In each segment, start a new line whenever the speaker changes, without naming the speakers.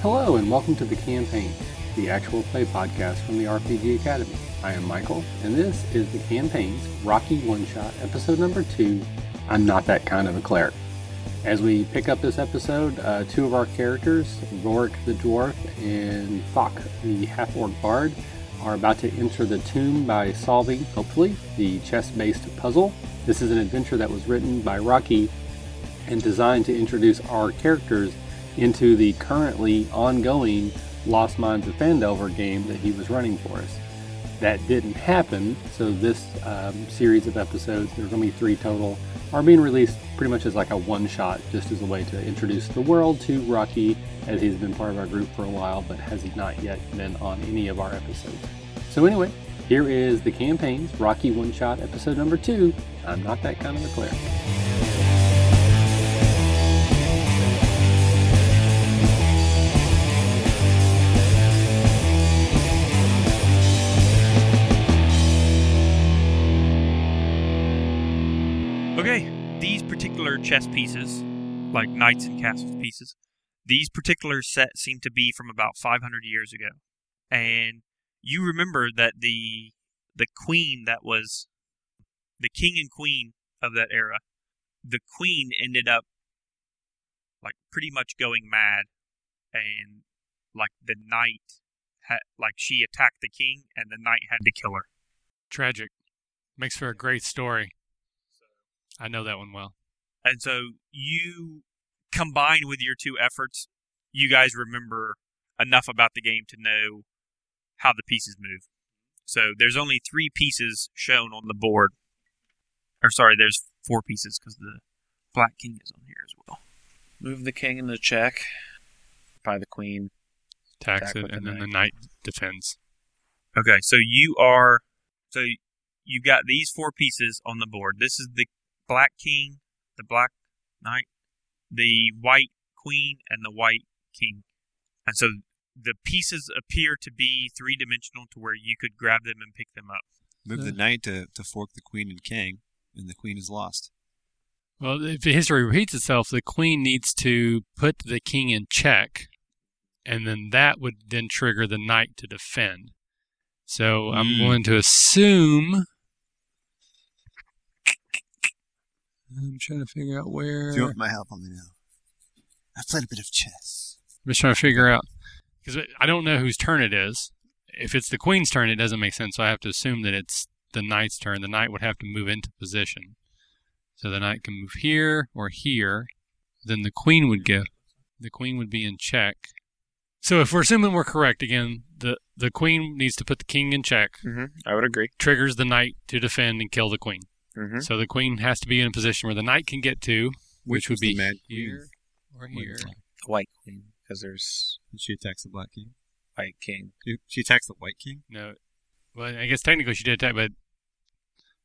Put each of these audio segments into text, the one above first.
Hello and welcome to The Campaign, the actual play podcast from the RPG Academy. I am Michael, and this is The Campaign's Rocky One Shot, episode number two I'm Not That Kind of a Cleric. As we pick up this episode, uh, two of our characters, Rorik the Dwarf and Fok the Half Orc Bard, are about to enter the tomb by solving, hopefully, the chess based puzzle. This is an adventure that was written by Rocky and designed to introduce our characters into the currently ongoing Lost Mines of Fandelver game that he was running for us. That didn't happen, so this um, series of episodes, there are going to be three total, are being released pretty much as like a one shot, just as a way to introduce the world to Rocky, as he's been part of our group for a while, but has not yet been on any of our episodes. So, anyway, here is the campaign's Rocky One Shot episode number two I'm Not That Kind of a Cleric.
Okay, these particular chess pieces, like knights and castles pieces, these particular sets seem to be from about 500 years ago. And you remember that the the queen that was the king and queen of that era, the queen ended up like pretty much going mad and like the knight had like she attacked the king and the knight had to kill her.
Tragic. Makes for a great story. I know that one well.
And so you combine with your two efforts, you guys remember enough about the game to know how the pieces move. So there's only three pieces shown on the board. Or sorry, there's four pieces because the Black King is on here as well.
Move the king in the check by the queen.
Tax
Attack
it,
with
and
the
then the knight defends.
Okay, so you are so you've got these four pieces on the board. This is the black king, the black knight, the white queen, and the white king. And so the pieces appear to be three dimensional to where you could grab them and pick them up.
Move the knight to, to fork the queen and king, and the queen is lost.
Well, if history repeats itself, the queen needs to put the king in check, and then that would then trigger the knight to defend. So I'm
Hmm.
going to assume. I'm trying to figure out where.
Do you want my help on me now? I played a bit of chess.
I'm just trying to figure out because I don't know whose turn it is. If it's the queen's turn, it doesn't make sense. So I have to assume that it's the knight's turn. The knight would have to move into position, so the knight can move here or here. Then the queen would go. The queen would be in check. So if we're assuming we're correct again, the the queen needs to put the king in check,
Mm-hmm. I would agree.
triggers the knight to defend and kill the queen.
Mm-hmm.
So the queen has to be in a position where the knight can get to, which, would
was the
be
mad queen.
here or here.
The white queen, because there's
And she attacks the black king.
white king,
She- She attacks the white king.
No, well, I guess technically she did attack, but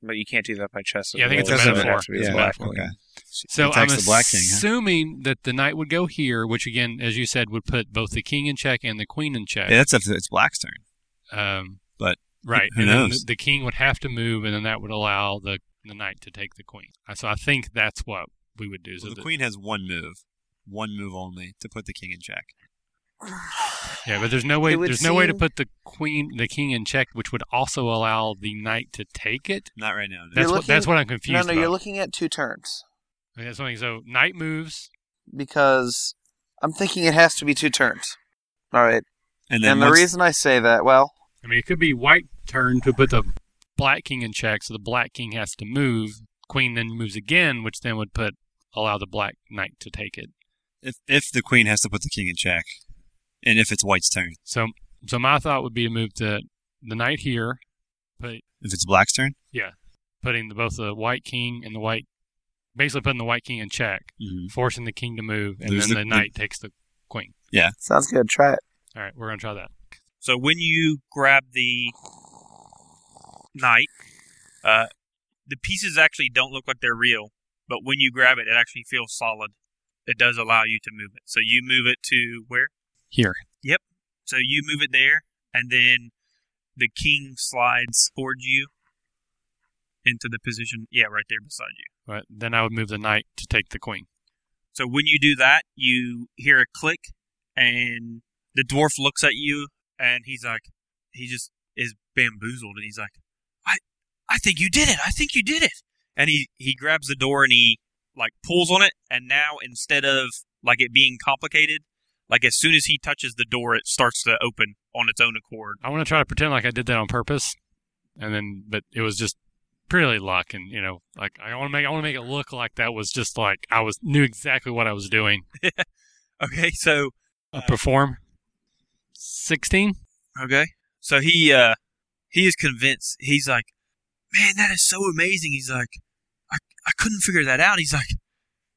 but you can't do that by chess.
Yeah, I think
It
it's
a
doesn't
metaphor.
have to be the
Yeah,
black
metaphor.
queen.
Okay.
So I'm
attacks the black king. Huh?
assuming that the knight would go here, which again, as you said, would put both the king in check and the queen in check.
Yeah, that's up to it's black's turn.
Um,
But
right,
who
and then
knows?
the, the king would have to move, and then that would allow the the knight to take the queen. Uh, So I think that's what we would do. So
Well, the queen has one move, one move only to put the king in check.
Yeah, but there's no way.
It would
There's no way to
seem-
put the queen, the king in check, which would also allow the knight to take it.
Not right now. No.
That's what. That's
looking-
what I'm
No,
confused
no, you're
about.
looking at two turns
I mean, that's what I'm- so knight moves.
because I'm thinking it has to be two turns. All right,
And then
and the
once-
reason I say that, well,
I mean, it could be white turn to put the black king in check, so the black king has to move. Queen then moves again, which then would put allow the black knight to take it.
if if the queen has to put the king in check, and if it's white's turn,
So, so my thought would be to move the the knight here, put
if it's black's turn,
putting the, both the white king and the white, basically putting the white king in check,
mm-hmm.
forcing the king to move, and
Lose
then
the-
the knight takes the queen.
sounds good. Try it.
All right, we're gonna try that.
So when you grab the knight, uh, the pieces actually don't look like they're real, but when you grab it, it actually feels solid. It does allow you to move it. So you move it to where?
Here.
Yep. So you move it there, and then the king slides towards you into the position. Yeah, right there beside you.
Right, then I would move the knight to take the queen.
So when you do that, you hear a click, and The dwarf looks at you and he's like, he just is bamboozled and he's like, I, I think you did it. I think you did it. And he, he grabs the door and he like pulls on it. And now instead of like it being complicated, like as soon as he touches the door, it starts to open on its own accord.
I want to try to pretend like I did that on purpose, and then but it was just purely luck, and you know, like I want to make I want to make it look like that was just like I was knew exactly what I was doing.
Okay. So,
Uh, perform sixteen.
okay. So he, uh, he is convinced. He's like, man, that is so amazing. He's like, I, I couldn't figure that out. He's like,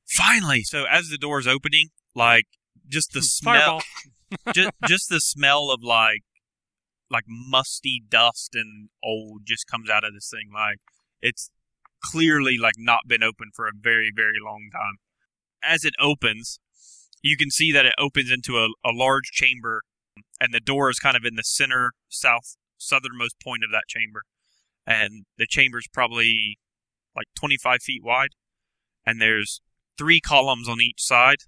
finally. So as the door is opening, like just the smell,
Hmm, Fireball.
just just the smell of like like musty dust and old just comes out of this thing like it's clearly like not been open for a very very long time as it opens you can see that it opens into a, a large chamber and the door is kind of in the center south southernmost point of that chamber and the chamber's probably like 25 feet wide and there's three columns on each side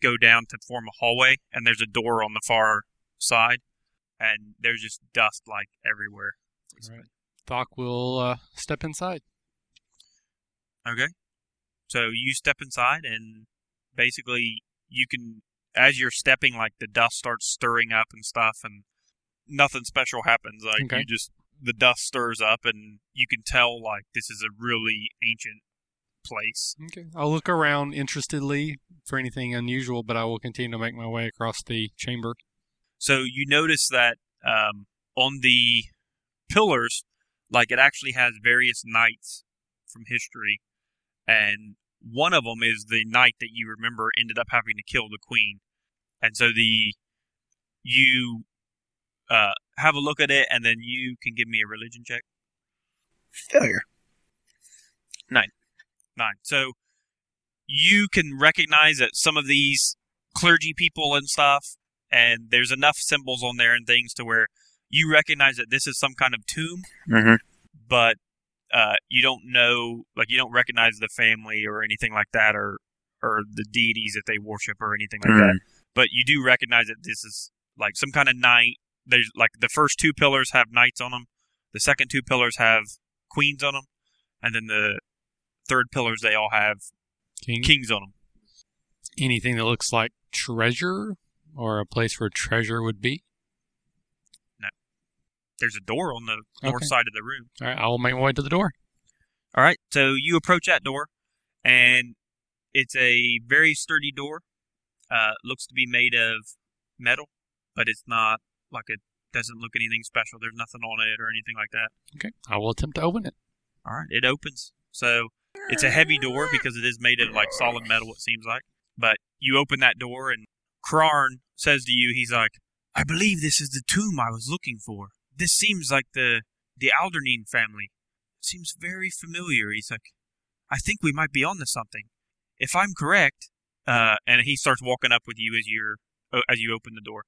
go down to form a hallway, and there's a door on the far side, and there's just dust like everywhere.
All right. Thok will uh, step inside.
Okay. So you step inside, and basically you can, as you're stepping, like the dust starts stirring up and stuff, and nothing special happens. Like
Okay.
you just the dust stirs up, and you can tell like this is a really ancient place.
Okay. I'll look around interestedly for anything unusual, but I will continue to make my way across the chamber.
So you notice that um, on the pillars, like it actually has various knights from history, and one of them is the knight that you remember ended up having to kill the queen, and so the you uh, have a look at it, and then you can give me a religion check.
Failure.
nine. So you can recognize that some of these clergy people and stuff, and there's enough symbols on there and things to where you recognize that this is some kind of tomb,
Mm-hmm.
but uh, you don't know, like you don't recognize the family or anything like that, or or the deities that they worship or anything like that. But you do recognize that this is like some kind of knight. There's like the first two pillars have knights on them, the second two pillars have queens on them, and then the third pillars they all have
King,
kings on them.
anything that looks like treasure or a place where treasure would be.
There's a door on the north
Okay.
side of the room.
All right. I will make my way to the door.
All right, so you approach that door, and it's a very sturdy door. Uh, looks to be made of metal, but it's not like it doesn't look anything special. There's nothing on it or anything like that.
Okay. I will attempt to open it.
All right, it opens. So it's a heavy door because it is made of like solid metal. It seems like, but you open that door, and Kron says to you, he's like, "I believe this is the tomb I was looking for. This seems like the the Aldernine family. It seems very familiar." He's like, "I think we might be onto something. If I'm correct," uh, and he starts walking up with you as you're oh, as you open the door.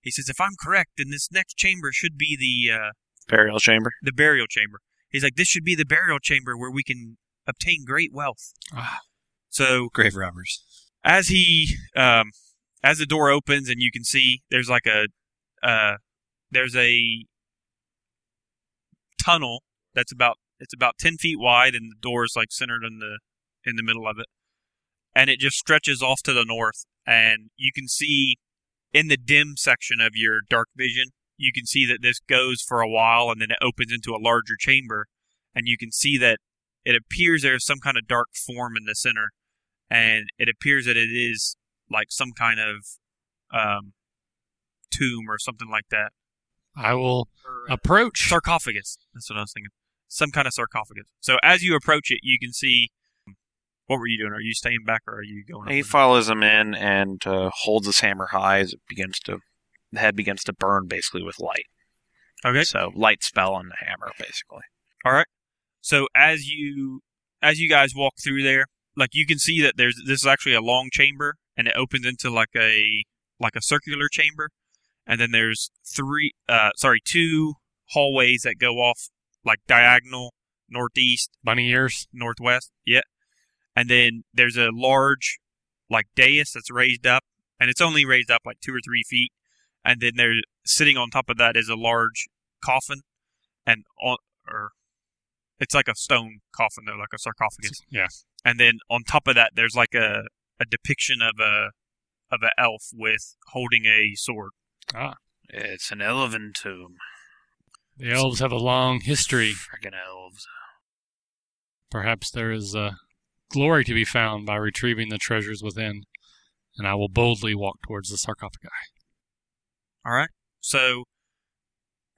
He says, "If I'm correct, then this next chamber should be the." Uh,
Burial chamber.
the burial chamber. He's like, this should be the burial chamber where we can obtain great wealth.
Ah.
So
Grave robbers.
as he, um, as the door opens and you can see there's like a, uh, there's a tunnel that's about it's about ten feet wide and the door is like centered in the in the middle of it, and it just stretches off to the north and you can see in the dim section of your dark vision you can see that this goes for a while and then it opens into a larger chamber and you can see that it appears there's some kind of dark form in the center and it appears that it is like some kind of um, tomb or something like that
I will
Or, uh,
approach.
sarcophagus. That's what I was thinking. Some kind of sarcophagus. So as you approach it, you can see. um, What were you doing? Are you staying back or are you going?
He
over?
follows him in and uh, holds his hammer high as it begins to. The head begins to burn basically with light.
okay.
So light spell on the hammer basically.
So as you as you guys walk through there, like you can see that there's this is actually a long chamber and it opens into like a like a circular chamber, and then there's three uh sorry two hallways that go off like diagonal northeast
Bunny ears.
northwest. Yeah. And then there's a large, like, dais that's raised up, and it's only raised up like two or three feet. and then there sitting on top of that is a large coffin, and on or it's like a stone coffin though, like a sarcophagus.
Yeah.
And then on top of that, there's like a a depiction of a of an elf with holding a sword.
It's an elven tomb.
The elves have a long history.
Freaking elves.
Perhaps there is uh, glory to be found by retrieving the treasures within, and I will boldly walk towards the sarcophagi.
All right. So,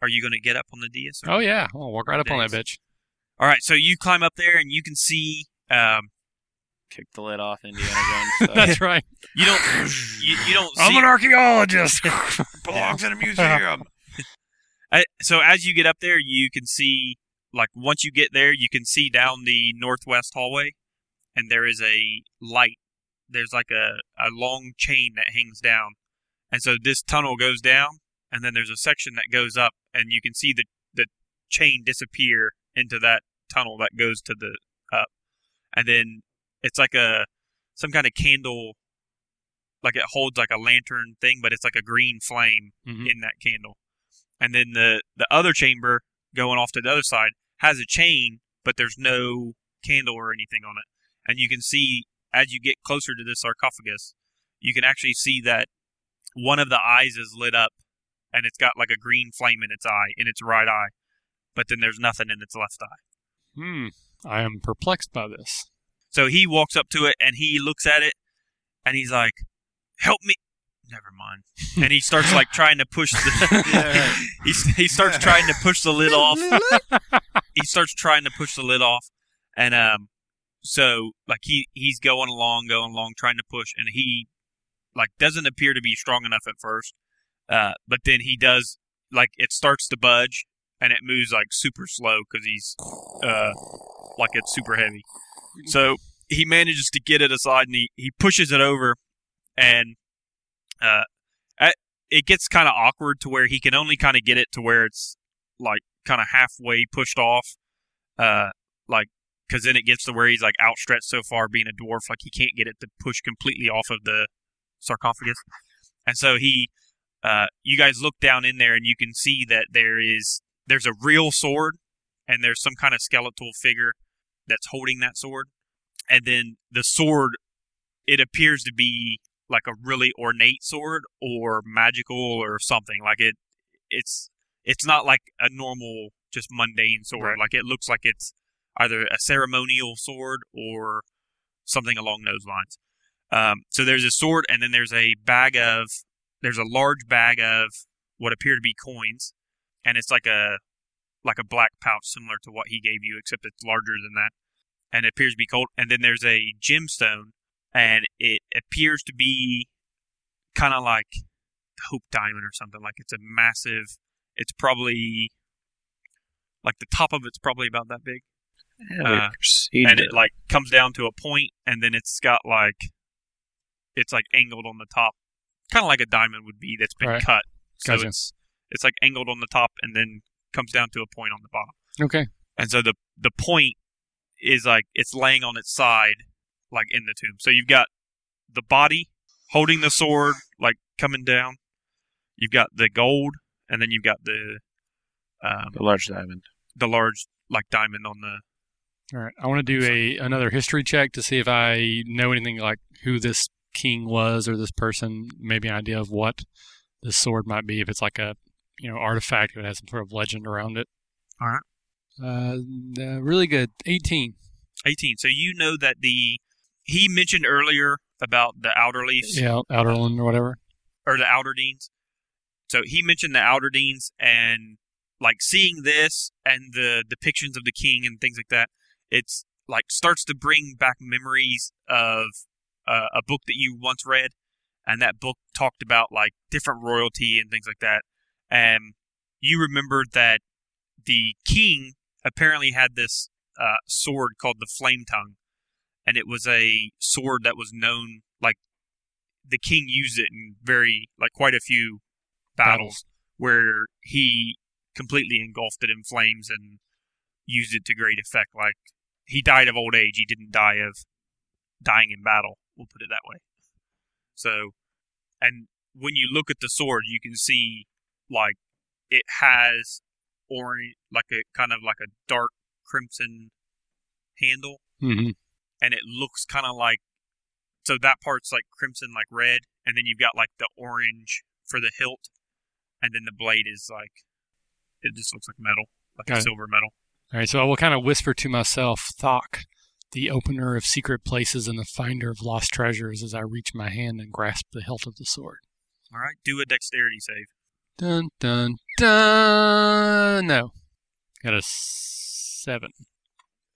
are you going to get up on the dais? or-
Oh yeah, I'll walk right up on that bitch.
All right. So you climb up there and you can see. Um,
Kick the lid off Indiana Jones. style.
That's right.
you don't. You, you don't. See,
archaeologist. Belongs in a museum.
I- so as you get up there, you can see. Like once you get there, you can see down the northwest hallway, and there is a light. There's like a a long chain that hangs down, and so this tunnel goes down, and then there's a section that goes up, and you can see the the chain disappear into that tunnel that goes to the up, and then it's like a some kind of candle, like it holds like a lantern thing, but it's like a green flame
Mhm.
in that candle. And then the the other chamber going off to the other side has a chain, but there's no candle or anything on it. And you can see as you get closer to this sarcophagus, you can actually see that one of the eyes is lit up and it's got like a green flame in its eye, in its right eye. But then there's nothing in its left eye.
Hmm. I am perplexed by this.
So he walks up to it and he looks at it and he's like, "Help me." Never mind. And he starts like trying to push the he, he starts trying to push the lid off. he starts trying to push the lid off and um so like he he's going along going along trying to push and he like doesn't appear to be strong enough at first. Uh but then he does like it starts to budge and it moves like super slow cuz he's uh like it's super heavy. So he manages to get it aside and he, he pushes it over and uh at, it gets kind of awkward to where he can only kind of get it to where it's like kind of halfway pushed off uh like cuz then it gets to where he's like outstretched so far being a dwarf like he can't get it to push completely off of the sarcophagus and so he uh you guys look down in there and you can see that there is there's a real sword and there's some kind of skeletal figure that's holding that sword and then the sword it appears to be like a really ornate sword or magical or something like it it's it's not like a normal just mundane sword like it looks like it's either a ceremonial sword or something along those lines um, so there's a sword and then there's a bag of there's a large bag of what appear to be coins and it's like a like a black pouch similar to what he gave you except it's larger than that and it appears to be gold. And then there's a gemstone, and it appears to be kind of like Hope Diamond or something. Like it's a massive. It's probably like the top of it's probably about that big,
Yeah, we
Uh,
proceeded.
and it like comes down to a point, and then it's got like it's like angled on the top, kind of like a diamond would be that's been
Right.
cut. So
Gotcha.
it's it's like angled on the top, and then comes down to a point on the bottom.
Okay.
And so the the point is like it's laying on its side, like in the tomb. So you've got the body holding the sword, like coming down. You've got the gold, and then you've got the um,
the large diamond.
the large like diamond on the.
All right. I want to do a another history check to see if I know anything like who this king was or this person, maybe an idea of what this sword might be, if it's like a you know artifact, if it has some sort of legend around it.
All right.
Uh, uh, really good. Eighteen.
18. So you know that the he mentioned earlier about the outer leaves
Yeah, Outerland or whatever.
or the outer deans. So he mentioned the outer deans and like seeing this and the depictions of the king and things like that. It's like starts to bring back memories of uh, a book that you once read, and that book talked about like different royalty and things like that. And Um, you remember that the king apparently had this uh, sword called the Flame Tongue, and it was a sword that was known like the king used it in very like quite a few battles, where he completely engulfed it in flames and used it to great effect. Like he died of old age. He didn't die of dying in battle. We'll put it that way. So, and when you look at the sword, you can see like it has orange, like a kind of like a dark crimson handle,
Mm-hmm.
and it looks kind of like so that part's like crimson, like red, and then you've got like the orange for the hilt, and then the blade is like it just looks like metal, like
Got
a
it.
silver metal.
All right, so I will kind of whisper to myself, Thok, the opener of secret places and the finder of lost treasures, as I reach my hand and grasp the hilt of the sword.
All right, do a dexterity save.
Dun, dun, dun. No. Got a seven.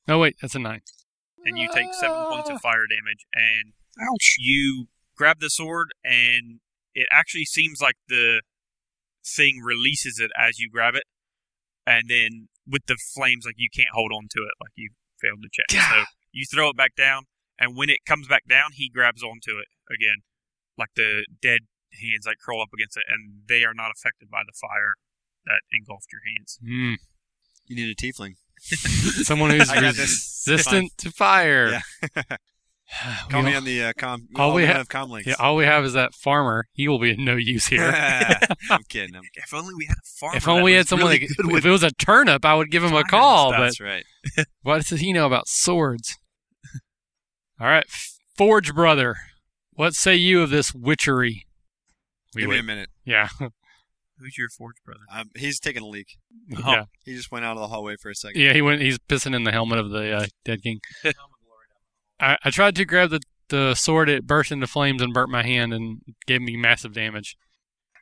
No, wait, that's a nine.
and you take seven points
Ah.
of fire damage. And ouch! You grab the sword, and it actually seems like the thing releases it as you grab it, and then with the flames, like you can't hold on to it, like you failed to check. So you throw it back down, and when it comes back down, he grabs onto it again, like the dead hands like curl up against it, and they are not affected by the fire that engulfed your hands.
Mm.
You need a tiefling.
Someone who's
I got this.
resistant to fire.
Yeah.
We
Call me
all-
on the uh, com.
All
oh,
we
we
ha-
have com links.
yeah, all we have is that farmer. He will be of no use here.
I'm kidding. I'm,
If only we had a farmer.
if only we
that
had
was
someone.
really
that,
good
if
with
it was a turnip, I would give him a call. But
that's right.
what does he know about swords? All right, Forge brother, what say you of this witchery?
Give me a minute.
yeah,
who's your forge brother?
Um, he's taking a leak. Oh,
yeah,
He just went out of the hallway for a second.
yeah. He went. He's pissing in the helmet of the uh, dead king. I, I tried to grab the the sword. It burst into flames and burnt my hand and gave me massive damage.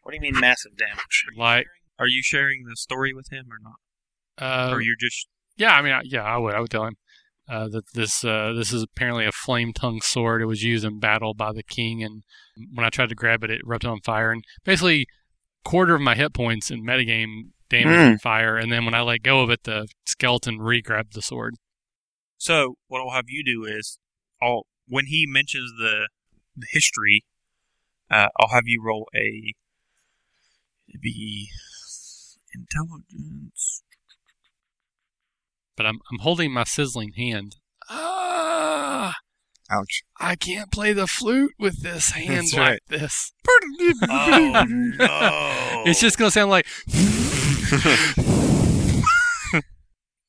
What do you mean massive damage?
Like,
Are you sharing the story with him or not?
uh,
Um,
or you're just
Yeah, I mean, I- yeah, I would. I would tell him uh, that this uh, this is apparently a flame tongue sword. It was used in battle by the king, and when I tried to grab it, it rubbed on fire, and basically quarter of my hit points in metagame damage
Hmm.
from fire. And then when I let go of it, the skeleton re-grabbed the sword.
so what I'll have you do is I'll when he mentions the, the history, uh, I'll have you roll a it'd be intelligence.
But I'm I'm holding my sizzling hand. Ah,
Ouch.
I can't play the flute with this hand
That's
like
right.
this.
Oh no.
It's just gonna sound like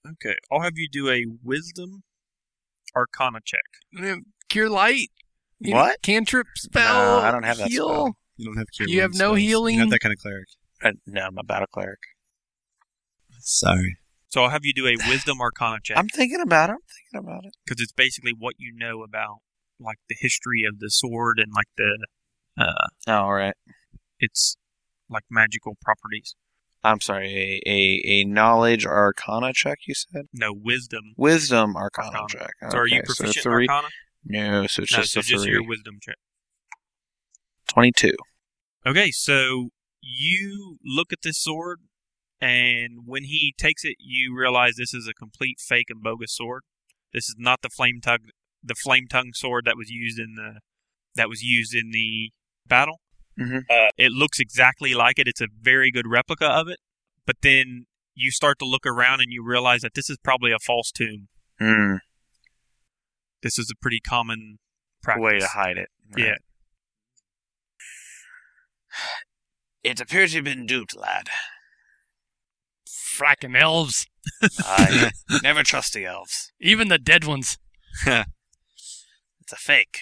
Okay. I'll have you do a wisdom arcana check.
cure light. You know,
What?
cantrip spell?
No, I don't have that
heal.
spell.
You don't have cure.
You have
wounds,
no
so
healing?
You're not that kind of cleric.
Uh, no, I'm a battle cleric.
Sorry.
So I'll have you do a wisdom arcana check.
I'm thinking about it. I'm thinking about it.
because it's basically what you know about like the history of the sword and like the uh,
Oh, All right.
its like magical properties.
I'm sorry. A, a a knowledge arcana check. You said
No wisdom.
wisdom arcana,
Arcana.
check.
so are you
Okay, so
proficient in
three?
Arcana?
No, so it's
no,
just
so
a
just
three.
your wisdom check.
Twenty-two.
Okay, so you look at this sword, and when he takes it, you realize this is a complete fake and bogus sword. This is not the flame tongue, the flame tongue sword that was used in the that was used in the battle.
Mhm.
Uh, it looks exactly like it. It's a very good replica of it. But then you start to look around, and you realize that this is probably a false tomb.
Mm,
This is a pretty common practice.
way to hide it.
Yeah.
It appears you've been duped, lad.
fracking elves,
I never trust the elves.
even the dead ones.
It's a fake.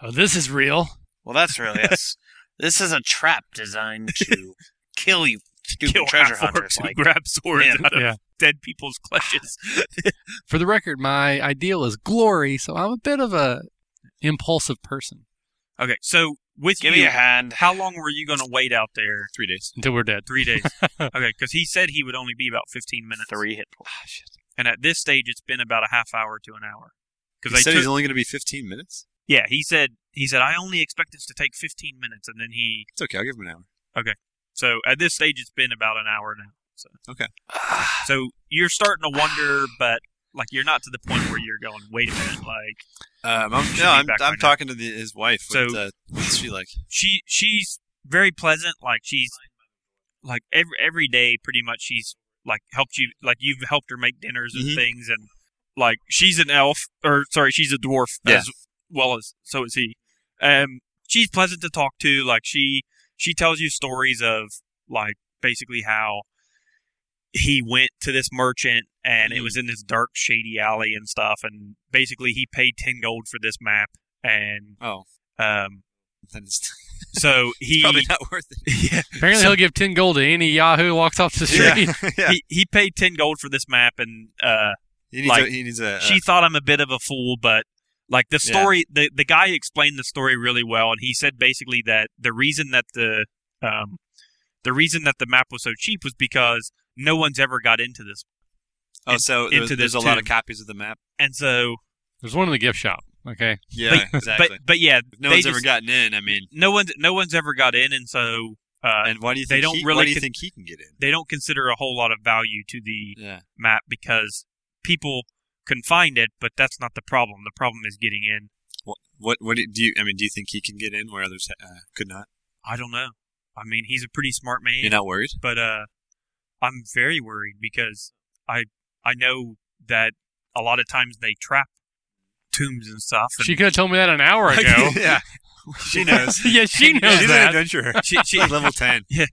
Oh, this is real.
Well, that's really us. This is a trap designed to kill you, stupid
Kill
treasure
half-orcs
hunters.
who
Like,
grab swords
Yeah.
out of
Yeah.
dead people's clutches.
For the record, my ideal is glory, so I'm a bit of a impulsive person
Okay, so with
give
you,
me a hand.
how long were you going to wait out there?
Three days.
until we're dead.
Three days. okay, because he said he would only be about fifteen minutes.
Three hit points.
And at this stage, it's been about a half hour to an hour.
He
Because
said
they
he's
took,
only going to be 15 minutes.
yeah, he said he said I only expect this to take fifteen minutes, and then he
It's okay. I'll give him an hour.
so at this stage it's been about an hour now. So
Okay.
so you're starting to wonder, but like you're not to the point where you're going. Wait a minute, like
Um,
Should
I'm,
be
no, I'm,
back by
I'm
now.
talking to the, his wife.
So-
what, uh, what's she like?
she she's very pleasant. Like she's like every every day pretty much she's like helped you like you've helped her make dinners and
Mhm.
things and like she's an elf or sorry she's a dwarf
Yeah.
as well as so is he. Um, she's pleasant to talk to. Like she she tells you stories of like basically how he went to this merchant and
Mm-hmm.
it was in this dark shady alley and stuff and basically he paid 10 gold for this map and
Oh,
um
then it's
so he
probably not worth it.
yeah,
Apparently,
So-
he'll give ten gold to any Yahoo who walks off the
Yeah.
street.
yeah.
he he paid 10 gold for this map and uh
He needs
like,
a. He needs a.
she thought I'm a bit of a fool, but like the
Yeah.
story, the the guy explained the story really well, and he said basically that the reason that the um, the reason that the map was so cheap was because no one's ever got into this,
oh, so there was-
into
there's a
this
lot of
too.
copies of the map.
and so
There's one in the gift shop. Okay,
Yeah, exactly.
but but yeah,
if no
they
one's ever
just-
gotten in. I mean,
no one's no one's ever got in, and so uh,
and why do you
they
think
don't
he,
really
why do you
con-
think he can get in?
they don't consider a whole lot of value to the
Yeah,
map because people can find it, but that's not the problem. The problem is getting in.
what what what do you- do you? I mean, do you think he can get in where others uh, could not?
I don't know. I mean, he's a pretty smart man.
You're not worried?
but uh, I'm very worried because I I know that a lot of times they trap tombs and stuff. And
she could have told me that an hour ago.
yeah, she knows.
yeah, she knows
She's an
that.
adventurer.
she she,
She's like level ten.
Yeah.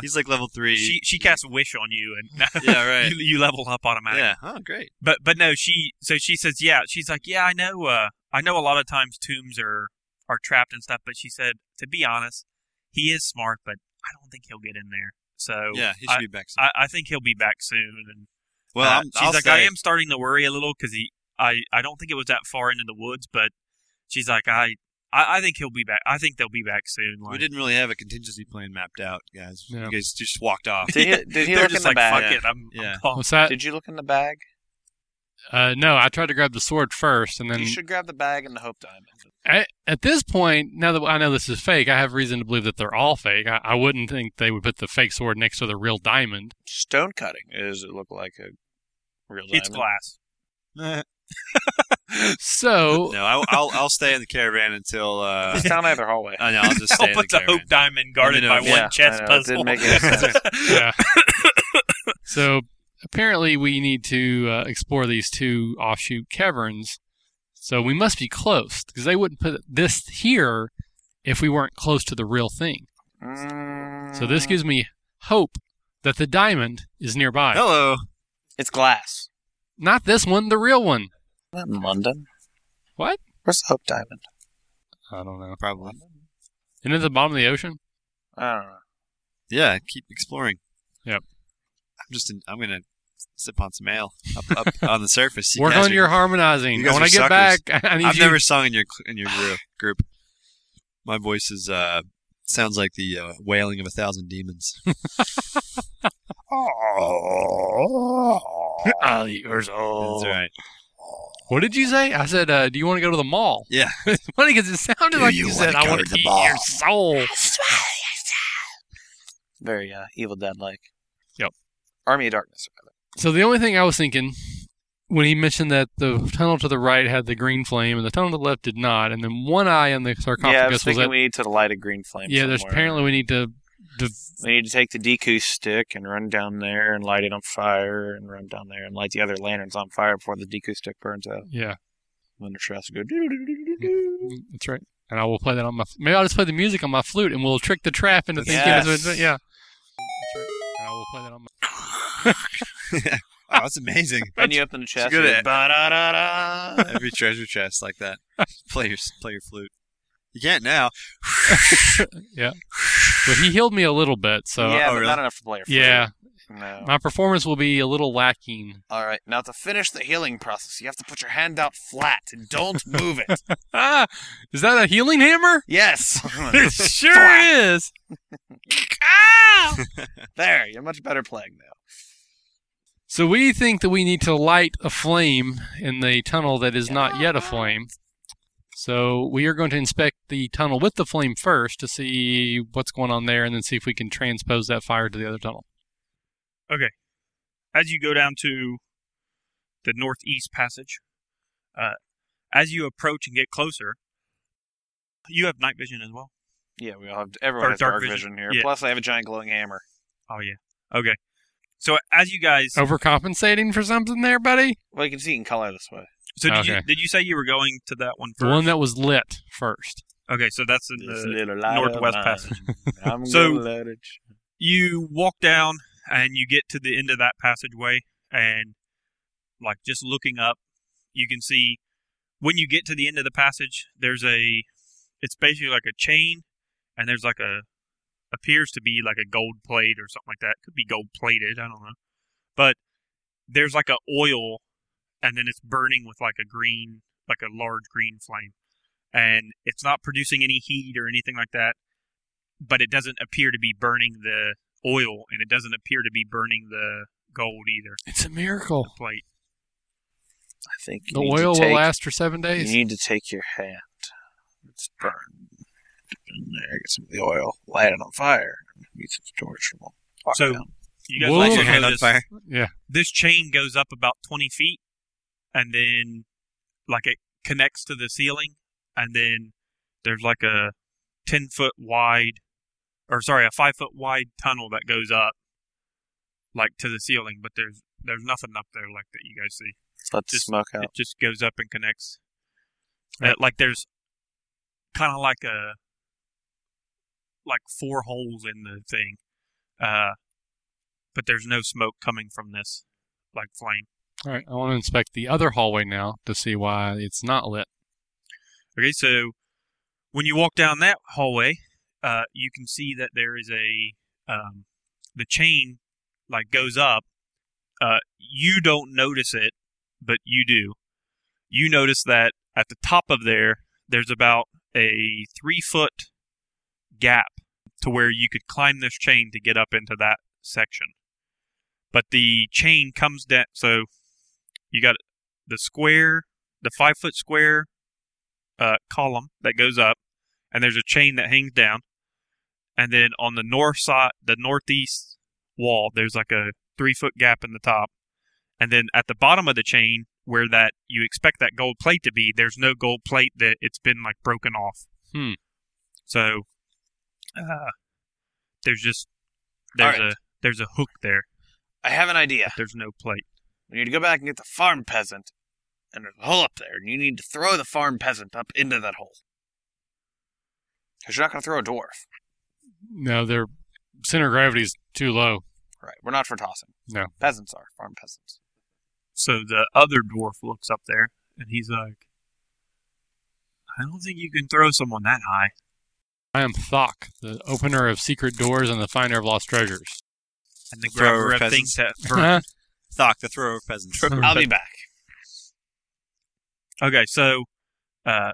he's like level three.
she she casts wish on you and
yeah, right.
you, you level up automatically.
yeah. Oh, great.
But but no, she so she says yeah. She's like yeah, I know. Uh, I know a lot of times tombs are are trapped and stuff. But she said to be honest, he is smart, but I don't think he'll get in there. So
Yeah, he should
I,
be back soon.
I, I think he'll be back soon. And
well,
Uh,
I'm,
she's
I'll
like,
say,
I am starting to worry a little because he, I, I don't think it was that far into the woods, but she's like, I, I, I think he'll be back. I think they'll be back soon.
We
Like,
didn't really have a contingency plan mapped out, guys.
No.
You guys just walked off.
Did he, did he
they're
look in
just
the
like,
bag?
fuck it, I'm,
Yeah.
I'm gone."
What's that?
Did you look in the bag?
Uh, no, I tried to grab the sword first, and then
you should grab the bag and the hope diamond.
at, at this point, now that I know this is fake, I have reason to believe that they're all fake. I, I wouldn't think they would put the fake sword next to the real diamond.
Stone cutting. Does it look like a real diamond?
It's glass.
no,
So
I'll, I'll I'll stay in the caravan until. Uh,
It's down either hallway.
I know, I'll just stay
I'll
in
put
the
the
caravan.
Hope Diamond guarded
know
by
if-
one
Yeah,
chess
I know, it
puzzle.
didn't make any sense.
yeah. so apparently we need to uh, explore these two offshoot caverns. So we must be close because they wouldn't put this here if we weren't close to the real thing.
Mm,
So this gives me hope that the diamond is nearby.
Hello.
It's glass.
Not this one, the real one.
Not in London.
What?
Where's the hope diamond?
I don't know.
Probably.
Isn't it the bottom of the ocean?
I don't know.
Yeah. Keep exploring.
Yep.
I'm just. In, I'm gonna sip on some ale up, up on the surface. You
Work
guys
on
are-
your harmonizing.
you guys
When
are
I get
suckers.
back, I need
I've
you.
never sung in your cl- in your gru- group. My voice is uh sounds like the uh, wailing of a thousand demons.
I'll eat yours all.
That's right.
What did you say? I said, uh, "Do you want to go to the mall?"
Yeah.
It's funny because it sounded
Do
like
you
you,
wanna
said, "I
go
want
to
to
the
eat
mall?"
your soul."
Very uh, Evil Dead like.
Yep.
Army of Darkness.
So the only thing I was thinking when he mentioned that the tunnel to the right had the green flame and the tunnel to the left did not, and then one eye on the sarcophagus
yeah, I was
was
thinking
at,
we need to light a green flame.
yeah. There's
somewhere.
apparently we need to, to
We need to take the Deku stick and run down there and light it on fire and run down there and light the other lanterns on fire before the Deku stick burns out.
yeah.
When the trash go. doo-doo-doo-doo-doo-doo.
That's right. And I will play that on my maybe I'll just play the music on my flute and we'll trick the trap into thinking
Yes.
it's yeah. That's right. And I will play that on my
Wow, that's amazing.
And you open the chest.
good
and you
at-
ba-da-da-da.
Every treasure chest like that. Play your play your flute. You can't now.
But he healed me a little bit, so
yeah,
oh,
but
really?
not enough to play.
yeah.
No.
My performance will be a little lacking.
All right. Now to finish the healing process, you have to put your hand out flat and don't move it.
Ah, is that a healing hammer?
yes.
It sure is.
there. You're much better playing now.
So we think that we need to light a flame in the tunnel that is not yet a flame. So we are going to inspect the tunnel with the flame first to see what's going on there, and then see if we can transpose that fire to the other tunnel.
as you go down to the northeast passage, uh, as you approach and get closer, you have night vision as well.
Yeah, we all have. Everyone
Or
has
dark
dark vision,
vision.
here.
Yeah.
Plus, I have a giant glowing hammer.
Oh yeah. Okay. So as you guys,
Oh, Overcompensating for something there, buddy.
Well, you can see it in color this way.
so did you
okay.
did you say you were going to that one first?
The one that was lit first.
Okay, so that's in
This
the
little light of
Northwest
mine.
Passage.
I'm
So-
gonna let it. sh-
you walk down and you get to the end of that passageway and like just looking up you can see when you get to the end of the passage there's a it's basically like a chain and there's like a appears to be like a gold plate or something like that could be gold plated i don't know but there's like a oil and then it's burning with like a green like a large green flame and it's not producing any heat or anything like that but it doesn't appear to be burning the oil and it doesn't appear to be burning the gold either
It's a miracle.
the plate
I think you
The
need to
oil
take,
will last for seven
You
days.
need to take your hand. It's burned. In there, get some of the oil. Light it on fire. Use it as a torch. and we'll walk
So-
down.
you guys
Whoa.
also
Light your
know
hand on
this-
fire.
Yeah.
this chain goes up about 20 feet and then like it connects to the ceiling and then there's like a 10 foot wide or sorry a 5 foot wide tunnel that goes up like to the ceiling but there's there's nothing up there like that you guys see
Let the
just-
smoke out.
it just goes up and connects.
Right.
Uh, like there's kind of like a like four holes in the thing, uh, but there's no smoke coming from this like flame.
All right. I want to inspect the other hallway now to see why it's not lit.
Okay, so when you walk down that hallway, uh, you can see that there is a um, the chain like goes up. Uh, you don't notice it, but you do. You notice that at the top of there, there's about a three foot gap to where you could climb this chain to get up into that section. But the chain comes down, so you got the square, the five foot square, uh, column that goes up, and there's a chain that hangs down. And then on the north side, the northeast wall, there's like a three foot gap in the top. And then at the bottom of the chain, where that you expect that gold plate to be, there's no gold plate that it's been like broken off.
Hmm.
So uh, there's just there's
Alright.
a there's a hook there.
I have an idea.
There's no plate.
We need to go back and get the farm peasant, and there's a hole up there, and you need to throw the farm peasant up into that hole. Because you're not going to throw a dwarf.
No, their center of gravity is too low.
Right. We're not for tossing.
No.
Peasants are. Farm peasants.
So the other dwarf looks up there and he's like, "I don't think you can throw someone that high."
I am Thok, the opener of secret doors and the finder of lost treasures.
and the
Thrower
grabber of things
peasants.
that burn.
Huh?
Thok, the thrower of peasants.
I'll be back.
okay, so, uh,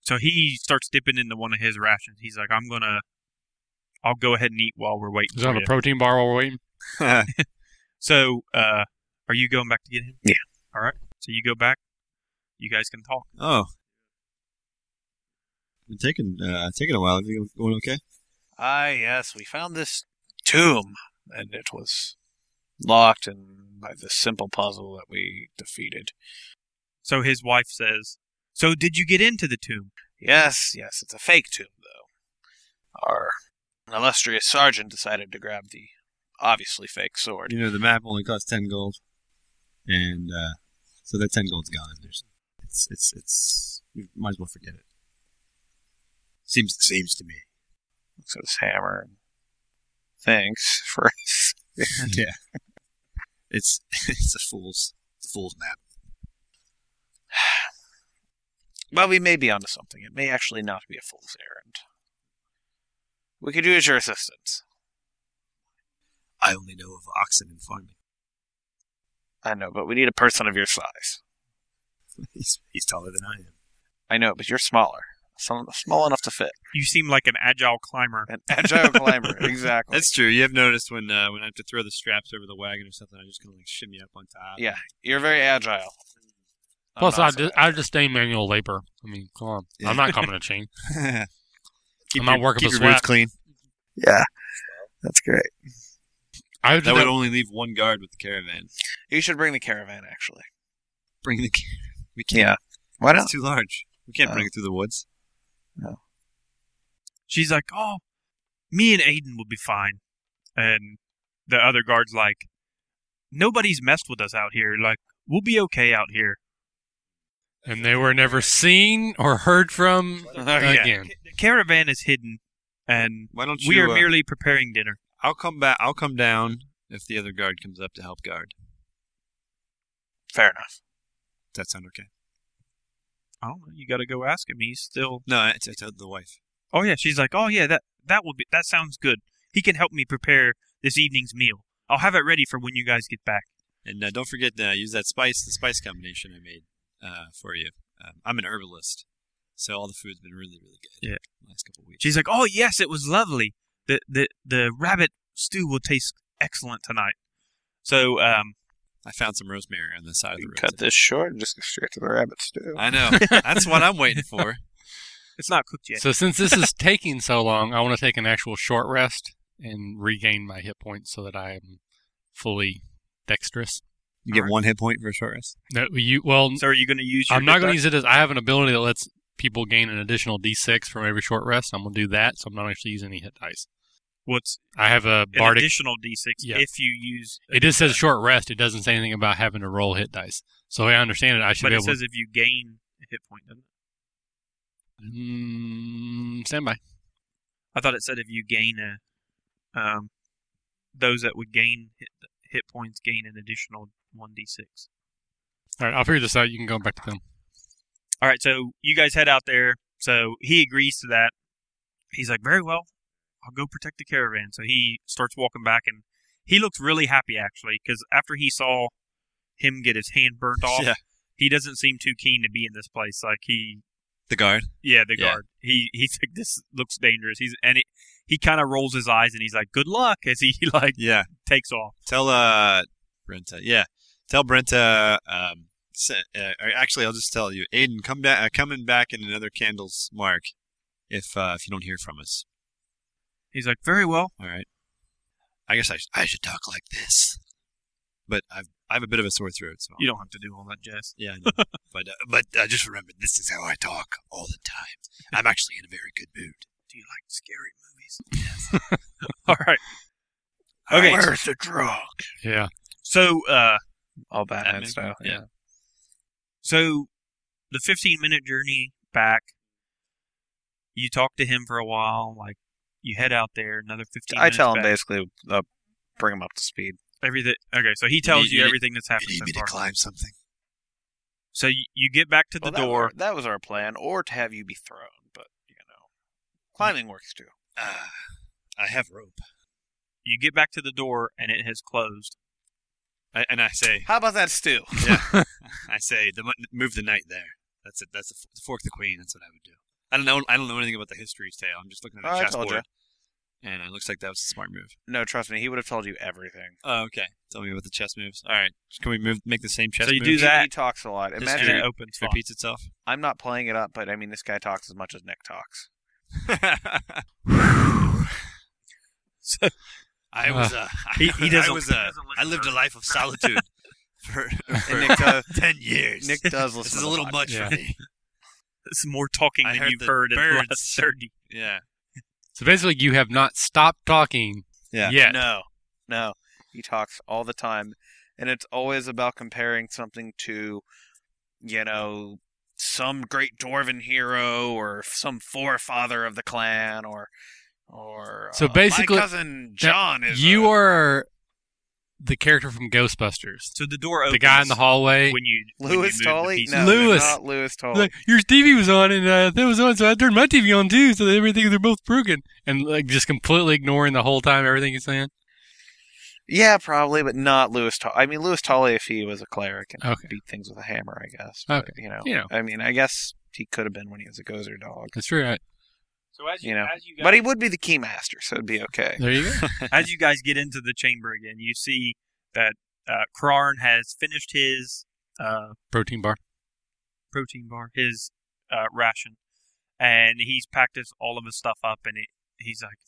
so he starts dipping into one of his rations. He's like, "I'm gonna, I'll go ahead and eat while we're waiting."
Is that
for
a
you."
protein bar while we're waiting?
so, uh, are you going back to get him?
Yeah.
All right. So you go back. You guys can talk.
oh. Been taking uh, taking a while. Everything going okay?
Ah, yes. We found this tomb, and it was locked and by this simple puzzle that we defeated.
So his wife says, "So did you get into the tomb?"
Yes, yes. It's a fake tomb, though. Our illustrious sergeant decided to grab the obviously fake sword.
You know, the map only costs ten gold, and uh, so that ten gold's gone. There's, it's it's it's. You might as well forget it. Seems seems to me.
looks at his hammer. and Thanks for
yeah. It's it's a fool's it's a fool's map.
Well, we may be onto something. It may actually not be a fool's errand. We could use your assistance.
I only know of oxen and farming.
I know, but we need a person of your size.
He's he's taller than I am.
I know, but you're smaller. Some, small enough to fit.
You seem like an agile climber.
An agile climber, exactly.
That's true. You have noticed when uh, when I have to throw the straps over the wagon or something, I just kind of like shimmy up on top.
Yeah. you're very agile. I'm
Plus,
not
I,
so
di-
agile.
I disdain manual labor. I mean, come on.
Yeah.
I'm not coming to chain.
keep
I'm not
your,
working
keep
for
your boots
sweat.
clean.
Yeah, that's great.
I would
That would
do
only leave one guard with the caravan.
You should bring the caravan, actually.
Bring the caravan. We can't.
Yeah. Why not?
It's too large. We can't
Oh.
bring it through the woods.
She's like, "Oh, me and Aiden will be fine." And the other guard's like, "Nobody's messed with us out here. Like, we'll be okay out here."
and they were never seen or heard from
Oh, Uh, yeah.
again.
The caravan is hidden, and
Why don't you?
we are
uh,
merely preparing dinner.
I'll come back. I'll come down if the other guard comes up to help guard.
Fair enough.
Does that sound okay?
I don't know. You got to go ask him. He's still.
No, I, I told the wife.
Oh yeah, she's like, oh yeah, that that will be that sounds good. He can help me prepare this evening's meal. I'll have it ready for when you guys get back.
And uh, don't forget to use that spice, the spice combination I made uh, for you. Um, I'm an herbalist, so all the food's been really, really good.
Yeah.
The last couple of weeks.
She's like, oh yes, it was lovely. The the the rabbit stew will taste excellent tonight. So um,
I found some rosemary on the side of the
We
road.
cut this short and just go straight to the rabbit stew.
I know. That's what I'm waiting for.
it's not cooked yet.
So since this is taking so long, I want to take an actual short rest and regain my hit points so that I am fully dexterous.
You get one hit point for a short rest.
No, you well,
So are you going to use? Your
I'm not going to use it as I have an ability that lets people gain an additional d6 from every short rest. I'm going to do that, so I'm not actually using any hit dice.
what's
I have a
an
bardic.
additional d6
Yeah.
if you use.
It just says short rest. It doesn't say anything about having to roll hit dice. So I understand it. I should
But
be
it
able.
says if you gain a hit point, doesn't it?
Mm, stand by.
I thought it said if you gain a, um, those that would gain hit, hit points gain an additional one d6.
All right, I'll figure this out. You can go back to them.
All right, so you guys head out there. So he agrees to that. He's like, very well, I'll go protect the caravan. So he starts walking back, and he looks really happy actually, because after he saw him get his hand burnt off,
Yeah.
he doesn't seem too keen to be in this place. Like he,
The guard.
yeah, the
Yeah.
guard. He he's like, this looks dangerous. He's and it, he kind of rolls his eyes and he's like, good luck, as he like
Yeah.
takes off.
Tell uh Brenta. Yeah. Tell Brenta. Um. s- Uh, or actually, I'll just tell you, Aiden, come back. Uh, coming back in another candle's mark. If uh, if you don't hear from us,
He's like, very well.
all right. I guess I, sh- I should talk like this. But I've I have a bit of a sore throat, so
You don't have to do all that, Jess.
Yeah, I know. but uh, but uh, just remember, this is how I talk all the time. I'm actually in a very good mood.
Do you like scary movies? all right. Okay.
Where's the drug?
Yeah.
So uh,
All Batman
Batman.
style.
Yeah.
So, the 15 minute journey back, you talk to him for a while, like you head out there, another 15
I
minutes.
tell him
back.
basically, uh, bring him up to speed.
Everything, okay, so he tells
need-
you,
you need-
everything that's happened
you need me
so far.
to climb something?
So, you, you get back to the
Well, Oh, that
door.
were- That, was our plan, or to have you be thrown, but, you know, climbing works too.
Uh, I have rope.
You get back to the door, and it has closed.
I, and I say,
How about that stew?
yeah, I say, the, mo- move the knight there. That's it. That's the, f- fork the queen. That's what I would do. I don't know. I don't know anything about the history's tale. I'm just looking at the
Oh, I told
chessboard, and it looks like that was a smart move.
No, trust me, he would have told you everything.
Oh, okay. Tell me about the chess moves. All right. Can we move? Make the same chess?
So you
move?
do
He-
that.
He talks a lot.
This
Imagine
dude-
and it opens. fine.
Repeats itself.
I'm not playing it up, but I mean, this guy talks as much as Nick talks.
So-
I was. Uh,
He- he doesn't-
I was.
he
Uh,
doesn't listen
I lived
to
a life of solitude for, for
And Nick, does,
ten years.
Nick does listen.
this
to
is a
the
little
podcast.
much
Yeah.
for me.
It's more talking
I
than
heard
you've
the
heard in the
birds.
last 30.
Yeah.
So basically, you have not stopped talking
Yeah.
yet.
No, no, he talks all the time, and it's always about comparing something to, you know, some great dwarven hero or some forefather of the clan or. Or
So
uh,
basically-
my cousin John is
you
uh,
a-
are the character from Ghostbusters,
So, the door opens.
the guy in the hallway.
When you, when you move
Lewis
the
Tully.
pieces.
No,
Lewis.
not Lewis Tully.
Like, your TV was on, and uh, that was on, so I turned my TV on too, so that everything they're both broken, and like just completely ignoring the whole time everything he's saying.
Yeah, probably, but not Lewis Tully. I mean, Lewis Tully, if he was a cleric and
Okay.
beat things with a hammer, I guess. But,
Okay.
You know,
You know.
I mean, I guess he could have been when he was a Gozer dog.
That's true. Right?
So as you,
You know,
as you guys
But he would be the keymaster, so it'd be okay.
There you go.
as you guys get into the chamber again, you see that uh, Krarn has finished his uh,
Protein bar.
protein bar, his uh, ration, and he's packed his, all of his stuff up, and it, he's like,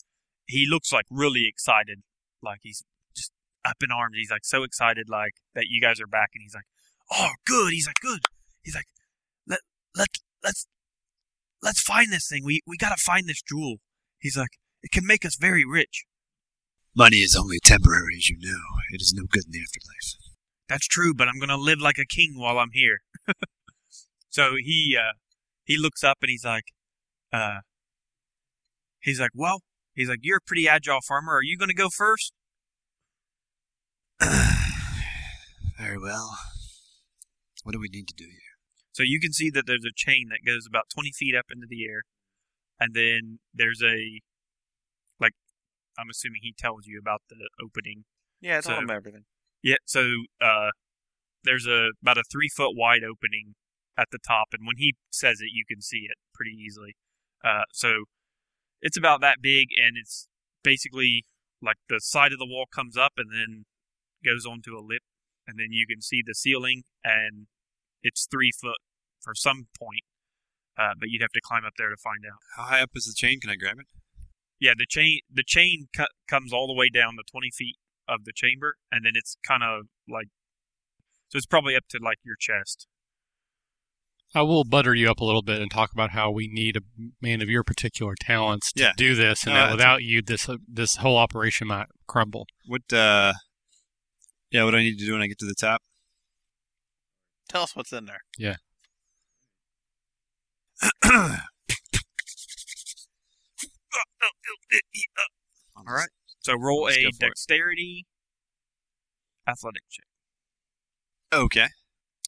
he looks like really excited, like he's just up in arms. He's like so excited, like that you guys are back, and he's like, oh, good. He's like, good. He's like, let let let's let's find this thing. We we gotta find this jewel. He's like, it can make us very rich.
Money is only temporary, as you know. It is no good in the afterlife.
That's true, but I'm going to live like a king while I'm here. So he uh, he looks up and he's like, uh, he's like, well, he's like, you're a pretty agile farmer. Are you going to go first?
Very well. What do we need to do here?
So you can see that there's a chain that goes about 20 feet up into the air, and then there's a like, I'm assuming he tells you about the opening
Yeah, it's
So-
all about everything.
Yeah, so uh, there's a about a three foot wide opening at the top, and when he says it, you can see it pretty easily. Uh, so it's about that big, and it's basically like the side of the wall comes up and then goes onto a lip, and then you can see the ceiling, and it's three foot for some point, uh, but you'd have to climb up there to find out.
How high up is the chain? Can I grab it?
Yeah, the chain the chain co- comes all the way down to twenty feet of the chamber, and then it's kind of like so it's probably up to like your chest.
I will butter you up a little bit and talk about how we need a man of your particular talents to
Yeah.
do this, and
No,
that
that's-
without you, this uh, this whole operation might crumble.
What? uh Yeah. What do I need to do when I get to the top?
Tell us what's in there.
All right.
So roll
Let's
a
go for it.
dexterity athletic check.
Okay.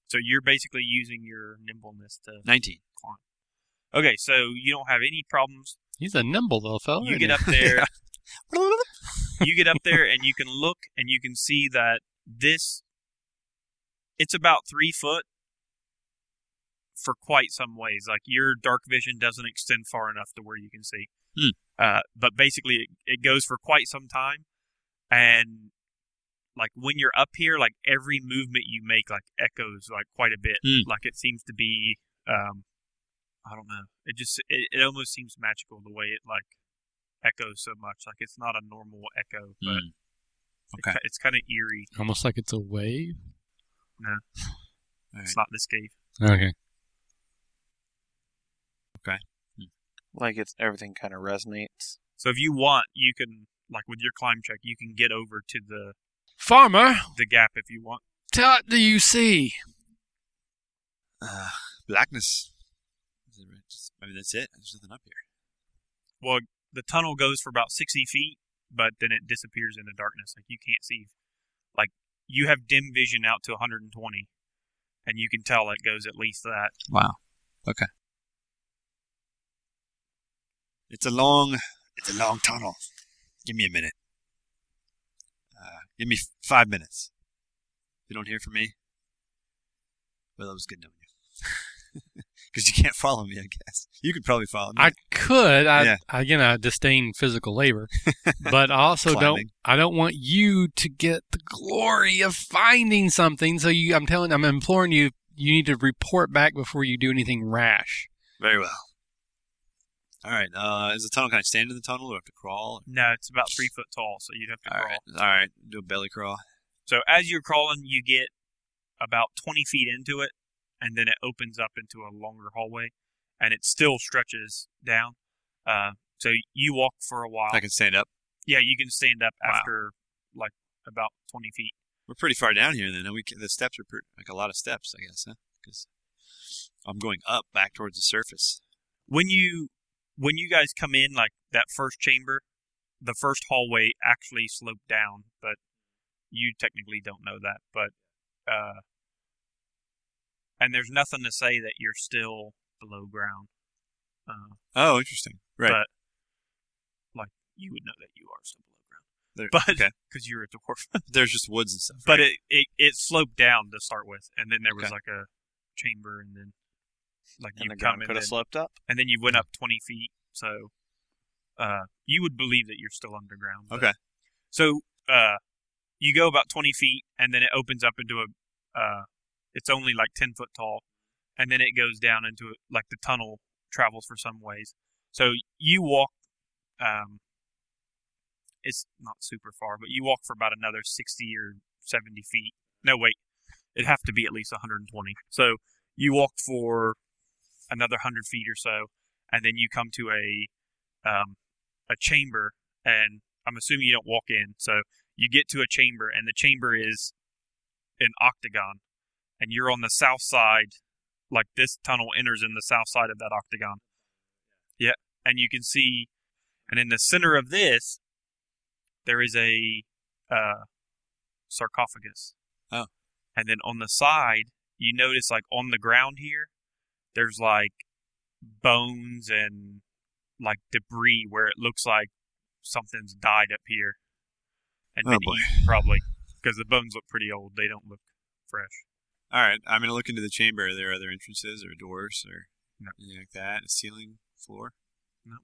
So you're basically using your nimbleness to
Nineteen.
Okay, so you don't have any problems.
He's a nimble little fellow.
You
isn't
get up
he?
there you get up there and you can look and you can see that this it's about three foot for quite some ways like your dark vision doesn't extend far enough to where you can see
Hmm.
uh, but basically it, it goes for quite some time and like when you're up here like every movement you make like echoes like quite a bit
Hmm.
like it seems to be um i don't know it just it, it almost seems magical the way it like echoes so much like it's not a normal echo but
Hmm.
it ki- it's kind of eerie
Almost like it's a wave.
All
it's
right.
not this cave
Okay.
Like it's everything kind of resonates.
so if you want you can like with your climb check you can get over to the
Farmer,
the gap if you want
what do you see?
Uh, blackness. Is it right? Just- I mean, that's it. There's nothing up here.
the tunnel goes for about 60 feet but then it disappears into darkness like you can't see like you have dim vision out to 120 and you can tell it goes at least that
Wow. Okay. It's a long. It's a long tunnel. Give me a minute. Uh, give me f- five minutes. If you don't hear from me, well, that was good knowing you. Because you can't follow me, I guess. You could probably follow me.
I could. I
Yeah.
again, I disdain physical labor, but I also don't.
Climbing.
I don't want you to get the glory of finding something. So you, I'm telling, I'm imploring you. You need to report back before you do anything rash.
Very well. All right. Uh, is the tunnel? Can I stand in the tunnel? Do I have to crawl?
no it's about three foot tall so you'd have to
All
crawl
right. All right. Do a belly crawl.
So as you're crawling, you get about 20 feet into it, and then it opens up into a longer hallway, and it still stretches down. Uh, so you walk for a while.
I can stand up.
yeah, you can stand up
Wow.
after like about 20 feet.
We're pretty far down here. Then we can, the steps are pretty, like a lot of steps, I guess, huh? Because I'm going up back towards the surface.
When you when you guys come in, like that first chamber, the first hallway actually sloped down, but you technically don't know that. But uh, and there's nothing to say that you're still below ground. Uh,
Oh, interesting. Right.
But- you would know that you are still below ground
There-
but-
okay.
because you're a dwarf.
There's just woods and stuff.
but it, it it sloped down to start with, and then there was
Okay.
like a chamber, and then like
And
you
the
come
ground
in,
could have
and,
sloped up.
and then you went up twenty feet. So uh, you would believe that you're still underground. but-
Okay.
So uh, you go about twenty feet, and then it opens up into a. Uh, it's only like ten foot tall, and then it goes down into a, like the tunnel travels for some ways. So you walk. Um, it's not super far, but you walk for about another sixty or seventy feet. No, wait, it'd have to be at least one hundred and twenty. So you walk for another hundred feet or so, and then you come to a um, a chamber, and I'm assuming you don't walk in. So you get to a chamber, and the chamber is an octagon, and you're on the south side Like this tunnel enters in the south side of that octagon. Yeah, and you can see, and in the center of this, there is a uh, sarcophagus.
Oh.
And then on the side, you notice like on the ground here, there's like bones and like debris where it looks like something's died up here and
Oh,
been
boy.
eaten probably because the bones look pretty old. They don't look fresh.
All right, I'm gonna look into the chamber. Are there other entrances or doors or
No.
anything like that? A ceiling, floor?
No.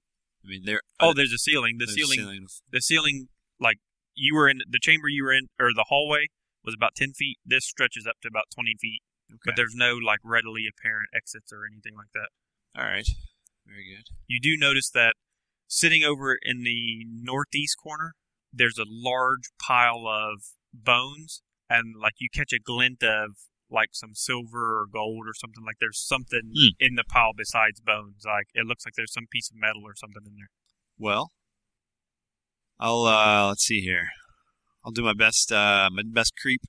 I mean, there.
Oh, there's a ceiling. The
there's a
ceiling, the ceiling, like you were in the chamber you were in or the hallway was about ten feet. This stretches up to about twenty feet, but
Okay.
there's no like readily apparent exits or anything like that.
All right. Very good.
you do notice that sitting over in the northeast corner, there's a large pile of bones, and like you catch a glint of like some silver or gold or something. Like there's something
Hmm.
in the pile besides bones. Like it looks like there's some piece of metal or something in there.
Well, I'll uh, let's see here. I'll do my best, uh, my best creep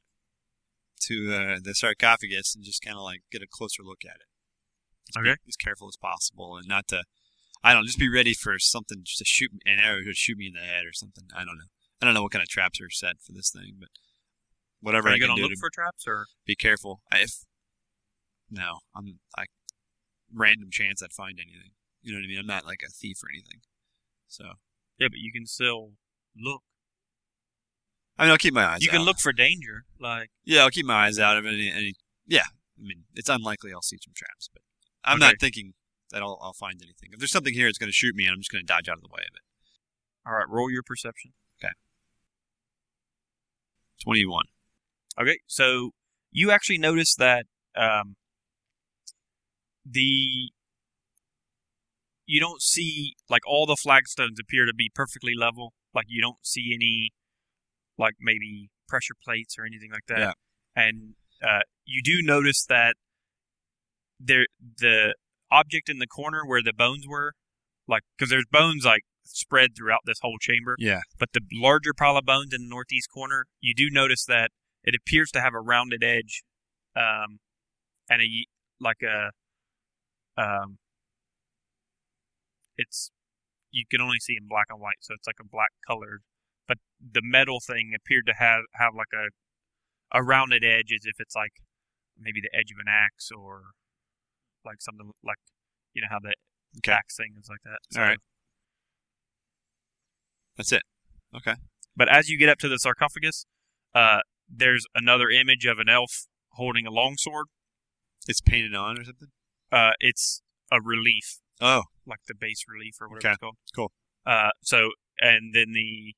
to uh, the sarcophagus and just kind of like get a closer look at it. Just be
Okay.
as careful as possible and not to. I don't just be ready for something just to shoot an arrow to shoot me in the head or something. I don't know. I don't know what kind of traps are set for this thing, but whatever
Are
I
you
can
gonna
do
look
to
for traps or?
be careful. I, if no, I'm I random chance I'd find anything. You know what I mean? I'm not like a thief or anything. So
Yeah, but you can still look.
I mean, I'll keep my eyes.
You
out.
can look for danger. Like
Yeah, I'll keep my eyes out of any. any yeah, I mean, it's unlikely I'll see some traps, but I'm not thinking that I'll, I'll find anything. If there's something here, it's going to shoot me, and I'm just going to dodge out of the way of it.
all right, roll your perception.
Twenty-one.
Okay, so you actually notice that um, the you don't see like all the flagstones appear to be perfectly level. Like you don't see any like maybe pressure plates or anything like that.
Yeah.
And uh, you do notice that there the object in the corner where the bones were, like because there's bones like spread throughout this whole chamber.
Yeah.
But the larger pile of bones in the northeast corner, you do notice that it appears to have a rounded edge, um, and a ye- like a, um, it's you can only see in black and white, so it's like a black colored. But the metal thing appeared to have have like a a rounded edge, as if it's like maybe the edge of an axe or like something like you know how the
Okay.
axe thing is like that.
All right. That's it.
But as you get up to the sarcophagus, uh, there's another image of an elf holding a long sword.
It's painted on or something.
Uh, it's a relief,
Oh,
like the base relief or whatever
Okay,
it's called.
cool.
Uh, so and then the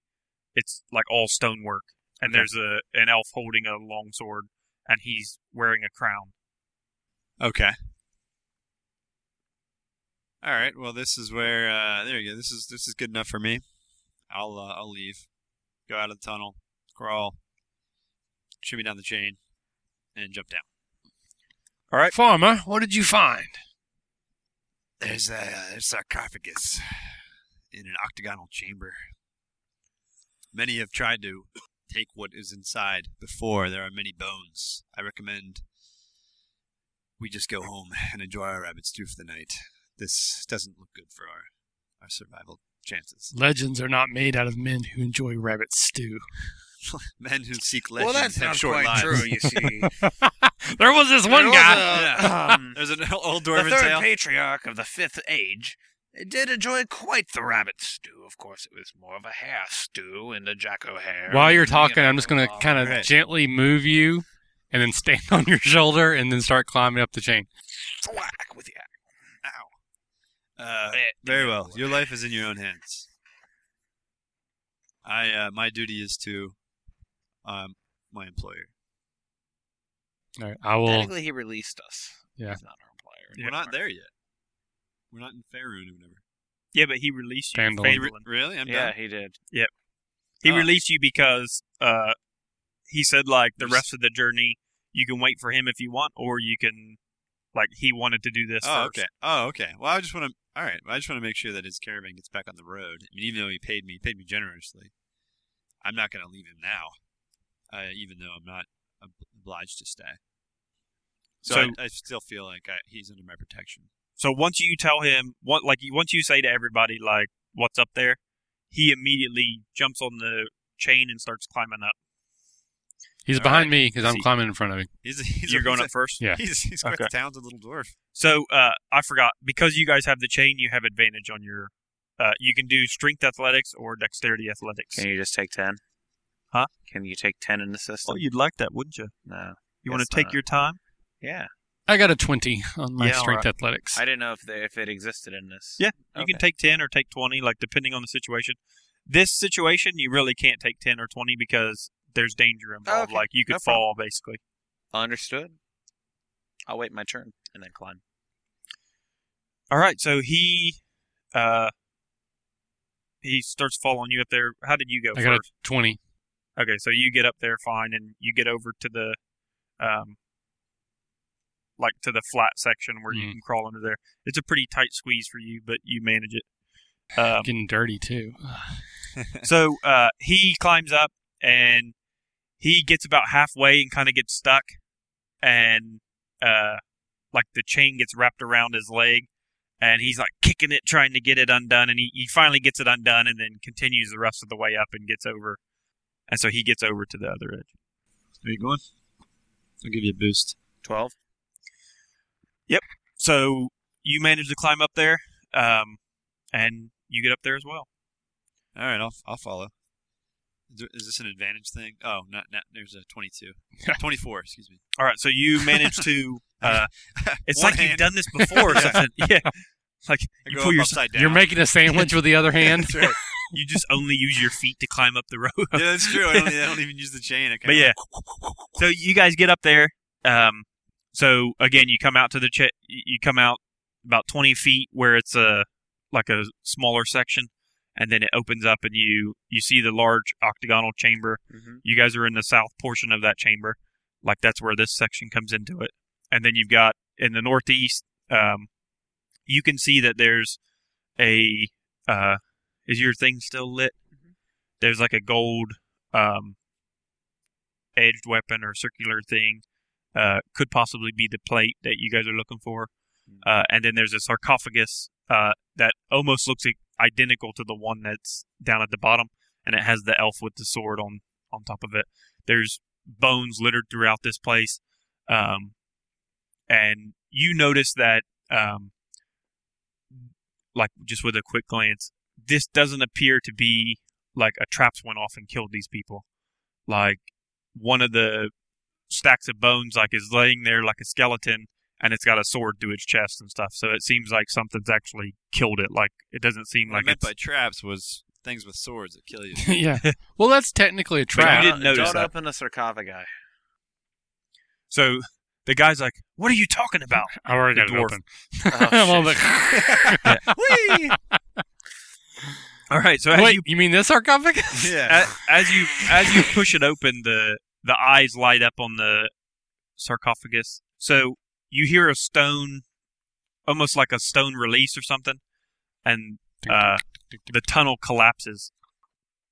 it's like all stonework, and
Okay.
there's a an elf holding a long sword, and he's wearing a crown.
okay. All right. Well, this is where. Uh, there you go. This is this is good enough for me. I'll uh, I'll leave. Go out of the tunnel. Crawl. Shimmy down the chain, and jump down.
Farmer, what did you find?
There's a, there's sarcophagus in an octagonal chamber. Many have tried to take what is inside before. There are many bones. I recommend we just go home and enjoy our rabbit's stew for the night. This doesn't look good for our, our survival chances.
Legends are not made out of men who enjoy rabbit stew.
Men who seek
Well,
legends
that's
have
not
short
quite
lives.
true. You see,
there was this
There
one
was
guy.
a-
Yeah.
um,
There's an old
the
dwarven
third
tale.
patriarch of the fifth age did enjoy quite the rabbit stew. Of course, it was more of a hare stew and a jacko hare.
While you're
and, you
talking,
know,
I'm just going to
blah,
kind of
blah, blah.
gently move you and then stand on your shoulder and then start climbing up the chain.
thwack with the axe. Ow!
Uh,
Eh,
Very well. Your life is in your own hands. I uh, my duty is to um my employer.
All right, I will.
Technically, he released us.
Yeah.
He's not our player.
We're not there yet. We're not in Faerun or whatever.
Yeah, but he released you.
Phandalin.
Phandalin.
Really? I'm
Yeah,
done.
he did.
He
Ah.
released you because uh, he said like the
There's-
rest of the journey you can wait for him if you want, or you can like he wanted to do this.
Oh,
first.
okay. Oh, okay. Well, I just want to. All right. I just want to make sure that his caravan gets back on the road. I mean, even though he paid me, he paid me generously. I'm not going to leave him now, uh, even though I'm not ob- obliged to stay. So,
So-
I, I still feel like I, he's under my protection.
So once you tell him, what like you- once you say to everybody like what's up there, he immediately jumps on the chain and starts climbing up.
He's
All
behind
right.
me because I'm
See.
climbing in front of him.
He's, he's
You're going
he's
up first.
Yeah.
He's he's quite
Okay.
the talented little dwarf.
So uh, I forgot because you guys have the chain, you have advantage on your. Uh, you can do strength athletics or dexterity athletics.
Can you just take ten?
Huh?
Can you take ten in the system?
you'd like that, wouldn't you?
no.
You want
Guess
to take
not.
your time?
Yeah.
I got a 20 on my
Yeah, all
strength athletics.
I didn't know if they, if it existed in this.
Yeah, You can
Okay.
take ten or take twenty, like depending on the situation. This situation, you really can't take ten or twenty because there's danger involved.
okay.
Like you could
No problem.
fall, basically.
Understood. I'll wait my turn and then climb.
All right, so he, uh, he starts following you up there. How did you go?
I got a
first?
20.
Okay, so you get up there fine, and you get over to the, um, like to the flat section where you
Mhm.
can crawl under there. It's a pretty tight squeeze for you, but you manage it. Um,
Getting dirty too.
so uh, he climbs up and he gets about halfway and kind of gets stuck, and uh, like the chain gets wrapped around his leg, and he's like kicking it, trying to get it undone, and he, he finally gets it undone, and then continues the rest of the way up and gets over, and so he gets over to the other edge.
Are you going? I'll give you a boost.
Twelve.
So you manage to climb up there, um, and you get up there as well.
All right, I'll I'll follow. Is, there, is this an advantage thing? Oh, not not. There's a 22, 24. Excuse me.
All right, so you manage to. Uh, it's
One
like you've
hand.
done this before or
Yeah.
something. Yeah,
I
you
go
pull
up
your-
upside down.
You're making a sandwich with the other hand.
That's right.
you just only use your feet to climb up the rope.
Yeah, that's true. I don't, I don't even use the chain. I
But
kinda-
yeah, so you guys get up there. Um, so again, you come out to the ch- you come out about twenty feet where it's a like a smaller section, and then it opens up and you you see the large octagonal chamber.
Mm-hmm.
You guys are in the south portion of that chamber, like that's where this section comes into it. And then you've got in the northeast. Um, you can see that there's a uh, is your thing still lit? There's like a gold um, edged weapon or circular thing. Uh, could possibly be the plate that you guys are looking for. Uh, and then there's a sarcophagus uh, that almost looks i- identical to the one that's down at the bottom, and it has the elf with the sword on on top of it. There's bones littered throughout this place, um, and you notice that, um, like just with a quick glance, this doesn't appear to be like a traps went off and killed these people. Like one of the stacks of bones, like is laying there like a skeleton, and it's got a sword through its chest and stuff. So it seems like something's actually killed it. Like it doesn't seem
What I
like
meant
it's,
by traps was things with swords that kill you.
yeah. Well, that's technically a
But you
trap.
didn't notice
Don't
that.
open the sarcophagi.
So the guy's like, "What are you talking about?"
I already got
The
it
dwarf.
open.
Oh,
I'm all
shit.
like-
Whee!
All right, so as
Wait,
you
you... mean this sarcophagus?
yeah.
a- as you as you push it open, the the eyes light up on the sarcophagus. So you hear a stone, almost like a stone release or something, and uh, the tunnel collapses.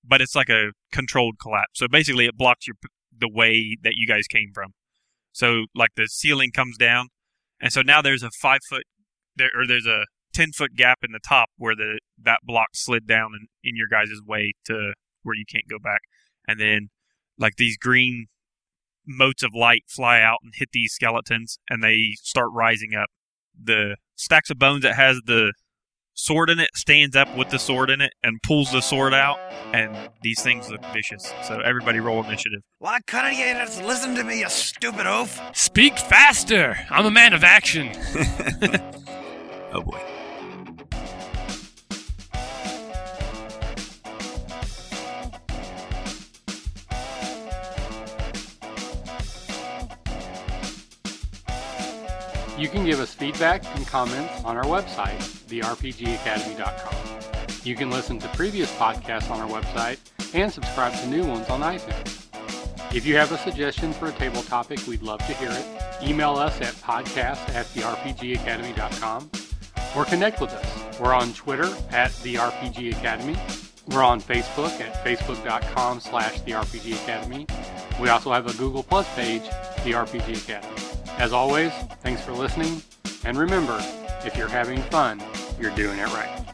But it's like a controlled collapse. So basically, it blocks your the way that you guys came from. So like the ceiling comes down, and so now there's a five foot there or there's a ten foot gap in the top where the that block slid down in, in your guys' way to where you can't go back. And then like these green motes of light fly out and hit these skeletons and they start rising up. The stacks of bones that has the sword in it stands up with the sword in it and pulls the sword out and these things look vicious. So everybody roll initiative.
Why couldn't you just listen to me, you stupid oaf?
Speak faster. I'm a man of action.
oh boy.
You can give us feedback and comments on our website, therpgacademy.com. You can listen to previous podcasts on our website and subscribe to new ones on iTunes. If you have a suggestion for a table topic, we'd love to hear it. Email us at podcast at therpgacademy.com or connect with us. We're on Twitter at the RPG Academy. We're on Facebook at facebook.com slash the RPG Academy. We also have a Google Plus page, the RPG Academy. As always, thanks for listening, and remember if you're having fun, you're doing it right.